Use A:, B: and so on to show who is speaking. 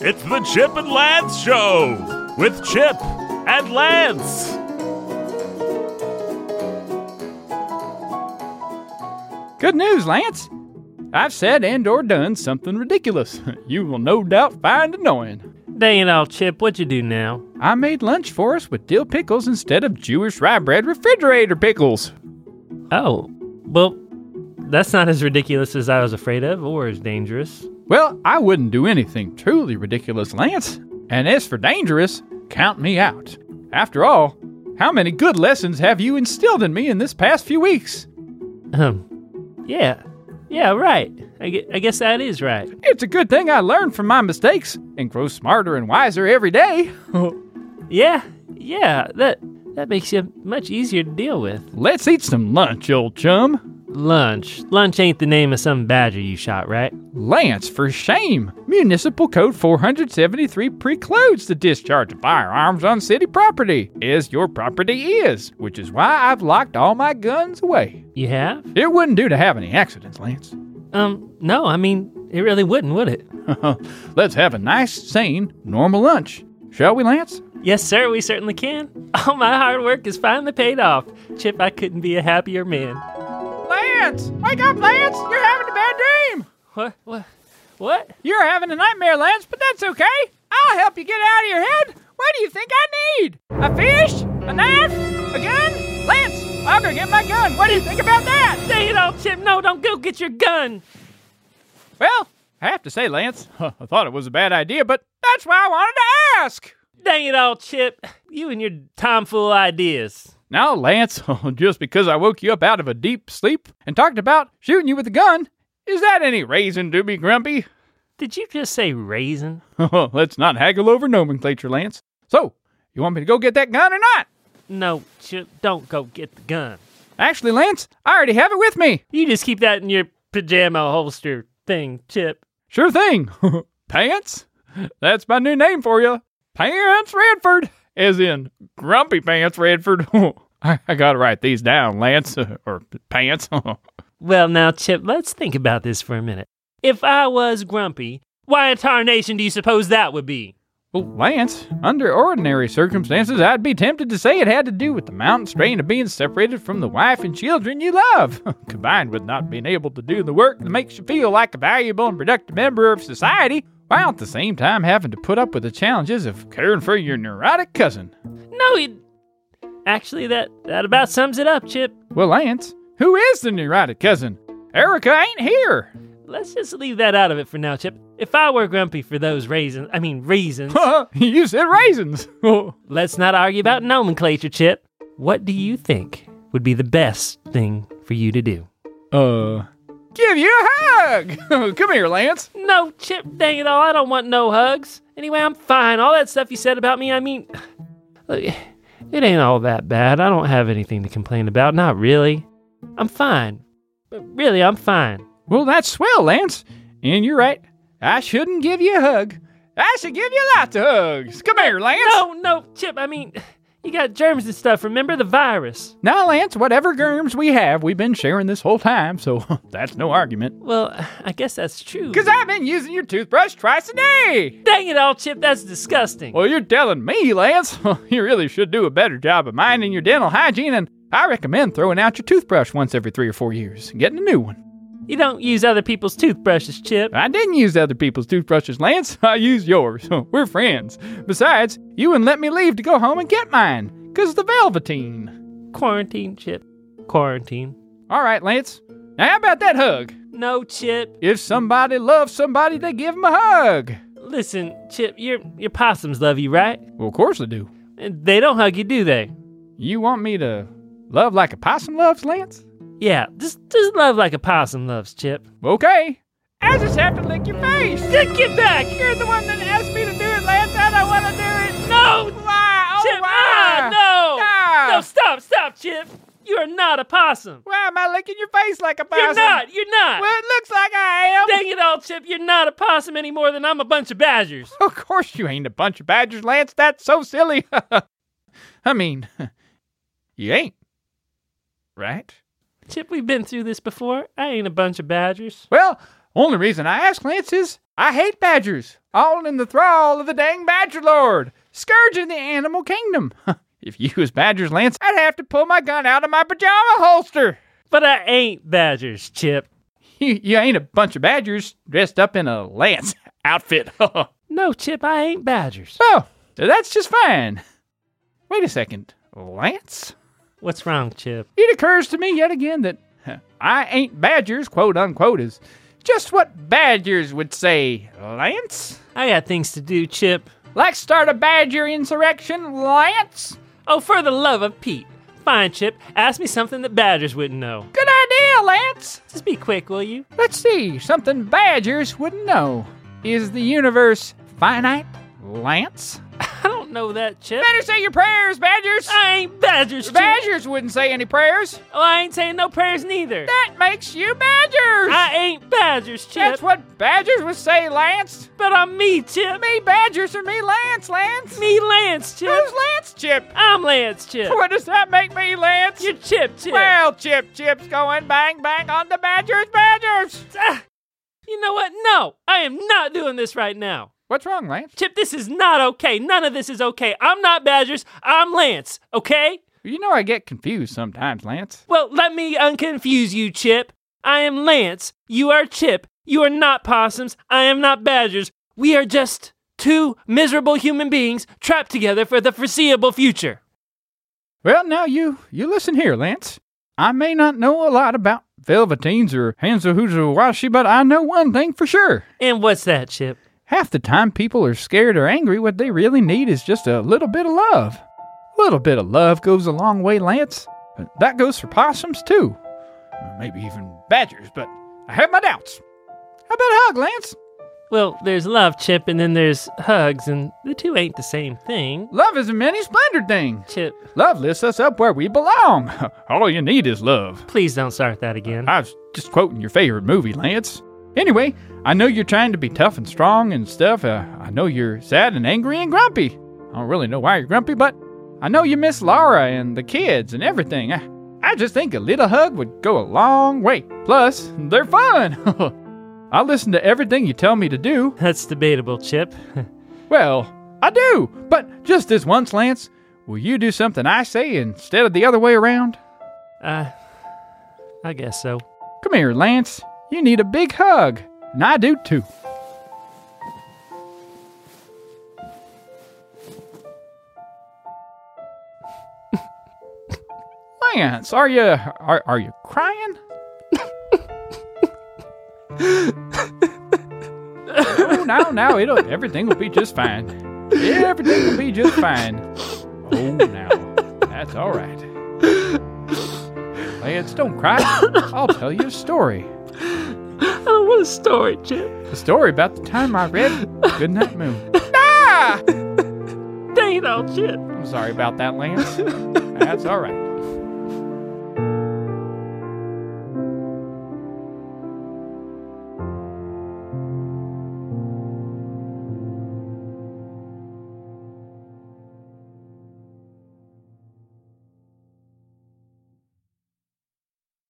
A: It's the Chip and Lance Show with Chip and Lance.
B: Good news, Lance. I've said and or done something ridiculous. You will no doubt find annoying.
C: Dang it all, Chip. What you do now?
B: I made lunch for us with dill pickles instead of Jewish rye bread refrigerator pickles.
C: Oh, well, that's not as ridiculous as I was afraid of or as dangerous.
B: Well, I wouldn't do anything truly ridiculous, Lance. And as for dangerous, count me out. After all, how many good lessons have you instilled in me in this past few weeks?
C: Um, yeah. Yeah, right. I, gue- I guess that is right.
B: It's a good thing I learned from my mistakes and grow smarter and wiser every day.
C: Yeah, yeah. That that makes you much easier to deal with.
B: Let's eat some lunch, old chum.
C: Lunch. Lunch ain't the name of some badger you shot, right?
B: Lance, for shame! Municipal Code 473 precludes the discharge of firearms on city property, as your property is, which is why I've locked all my guns away.
C: You have?
B: It wouldn't do to have any accidents, Lance.
C: Um, no. I mean, it really wouldn't, would it?
B: Let's have a nice, sane, normal lunch. Shall we, Lance?
C: Yes, sir. We certainly can. All my hard work is finally paid off. Chip, I couldn't be a happier man.
B: Lance! Wake up, Lance! You're having a bad dream!
C: What? What? What?
B: You're having a nightmare, Lance, but that's okay. I'll help you get out of your head. What do you think I need? A fish? A knife? A gun? Lance, I'll go get my gun. What do you think about that?
C: Dang it all, Chip. No, don't go get your gun.
B: Well, I have to say, Lance, I thought it was a bad idea, but that's why I wanted to ask.
C: Dang it all, Chip. You and your tomfool ideas.
B: Now, Lance, oh, just because I woke you up out of a deep sleep and talked about shooting you with a gun, is that any reason to be grumpy?
C: Did you just say raisin?
B: Let's not haggle over nomenclature, Lance. So, you want me to go get that gun or not?
C: No, Chip, don't go get the gun.
B: Actually, Lance, I already have it with me.
C: You just keep that in your pajama holster thing, Chip.
B: Sure thing. Pants? That's my new name for you. Pants Redford, as in Grumpy Pants Redford. I, I gotta write these down, Lance, or Pants.
C: Well, now, Chip, let's think about this for a minute. If I was grumpy, why in tarnation do you suppose that would be?
B: well, Oh, Lance, under ordinary circumstances, I'd be tempted to say it had to do with the mountain strain of being separated from the wife and children you love, combined with not being able to do the work that makes you feel like a valuable and productive member of society, while at the same time having to put up with the challenges of caring for your neurotic cousin.
C: No, you. Actually, that, that about sums it up, Chip.
B: Well, Lance, who is the neurotic cousin? Erica ain't here.
C: Let's just leave that out of it for now, Chip. If I were grumpy for those raisins, I mean, reasons,
B: you said raisins. Oh,
C: Let's not argue about nomenclature, Chip. What do you think would be the best thing for you to do?
B: uh, give you a hug. Come here, Lance.
C: No, Chip, dang it all, I don't want no hugs. Anyway, I'm fine. All that stuff you said about me, I mean, look, it ain't all that bad. I don't have anything to complain about, not really. I'm fine. But really, I'm fine.
B: Well, that's swell, Lance. And you're right. I shouldn't give you a hug. I should give you lots of hugs. Come here, Lance.
C: No, no, Chip, I mean, you got germs and stuff. Remember the virus?
B: Now, Lance, whatever germs we have, we've been sharing this whole time, so that's no argument.
C: Well, I guess that's true.
B: Because I've been using your toothbrush twice a day.
C: Dang it all, Chip, that's disgusting.
B: Well, you're telling me, Lance. you really should do a better job of minding your dental hygiene, and I recommend throwing out your toothbrush once every three or four years and getting a new one.
C: You don't use other people's toothbrushes, Chip.
B: I didn't use other people's toothbrushes, Lance. I used yours. We're friends. Besides, you wouldn't let me leave to go home and get mine, 'cause the velveteen.
C: Quarantine, Chip. Quarantine.
B: All right, Lance. Now, how about that hug?
C: No, Chip.
B: If somebody loves somebody, they give 'em a hug.
C: Listen, Chip, your your possums love you, right?
B: Well, of course they do.
C: And They don't hug you, do they?
B: You want me to love like a possum loves, Lance?
C: Yeah, just just love like a possum loves, Chip.
B: Okay. I just have to lick your face.
C: Get, get back!
B: You're the one that asked me to do it, Lance. I don't want to do it.
C: No,
B: Why? Oh,
C: Chip!
B: why?
C: Ah, no!
B: Ah.
C: No, stop, stop, Chip! You are not a possum.
B: Why am I licking your face like a possum?
C: You're not. You're not.
B: Well, it looks like I am.
C: Dang it all, Chip! You're not a possum any more than I'm a bunch of badgers.
B: Of course you ain't a bunch of badgers, Lance. That's so silly. I mean, you ain't, right?
C: Chip, we've been through this before. I ain't a bunch of badgers.
B: Well, only reason I ask, Lance, is I hate badgers, all in the thrall of the dang badger lord, scourging the animal kingdom. if you was badgers, Lance, I'd have to pull my gun out of my pajama holster.
C: But I ain't badgers, Chip.
B: You, you ain't a bunch of badgers dressed up in a Lance outfit. oh,
C: No, Chip, I ain't badgers.
B: that's just fine. Wait a second, Lance?
C: What's wrong, Chip?
B: It occurs to me yet again that huh, I ain't badgers, quote unquote, is just what badgers would say, Lance.
C: I got things to do, Chip.
B: Let's start a badger insurrection, Lance.
C: Oh, for the love of Pete. Fine, Chip. Ask me something that badgers wouldn't know.
B: Good idea, Lance.
C: Just be quick, will you?
B: Let's see, something badgers wouldn't know. Is the universe finite, Lance?
C: I don't know that, Chip.
B: Better say your prayers, badgers.
C: I ain't badgers, Chip.
B: badgers wouldn't say any prayers.
C: Oh, I ain't saying no prayers neither.
B: That makes you badgers.
C: I ain't badgers, Chip.
B: That's what badgers would say, Lance.
C: but I'm me, Chip.
B: Me badgers or me Lance, Lance.
C: Me, Lance, Chip.
B: Who's Lance Chip?
C: I'm Lance, Chip.
B: What does that make me, Lance?
C: You're Chip, Chip.
B: Well, Chip, Chip's going bang bang on the badgers, badgers.
C: Ah, you know what? No, I am not doing this right now.
B: What's wrong, Lance?
C: Chip, this is not okay. None of this is okay. I'm not Badgers. I'm Lance, okay?
B: You know I get confused sometimes, Lance.
C: Well, let me unconfuse you, Chip. I am Lance. You are Chip. You are not possums. I am not Badgers. We are just two miserable human beings trapped together for the foreseeable future.
B: Well, now you you listen here, Lance. I may not know a lot about velveteens or Hanzo Huzo Washi, but I know one thing for sure.
C: And what's that, Chip?
B: Half the time people are scared or angry, what they really need is just a little bit of love. A little bit of love goes a long way, Lance. That goes for possums too. Maybe even badgers, but I have my doubts. How about a hug, Lance?
C: Well, there's love, Chip, and then there's hugs, and the two ain't the same thing.
B: Love is a many splendid thing.
C: Chip,
B: Love lifts us up where we belong. All you need is love.
C: please don't start that again.
B: I was just quoting your favorite movie, Lance. Anyway, I know you're trying to be tough and strong and stuff. Uh, I know you're sad and angry and grumpy. I don't really know why you're grumpy, but I know you miss Laura and the kids and everything. I, I just think a little hug would go a long way. Plus, they're fun. I listen to everything you tell me to do.
C: That's debatable, Chip.
B: Well, I do, but just this once, Lance. Will you do something I say instead of the other way around?
C: Uh, I guess so.
B: Come here, Lance. You need a big hug. And I do too. Lance, are you are, are you crying? no, no, no. It'll everything will be just fine. Everything will be just fine. Oh, now that's all right. Lance, don't cry. I'll tell you a story.
C: I don't want Oh, a story, Chip.
B: A story about the time I read Goodnight Moon.
C: Dang it all, Chip.
B: I'm sorry about that, Lance. That's all right.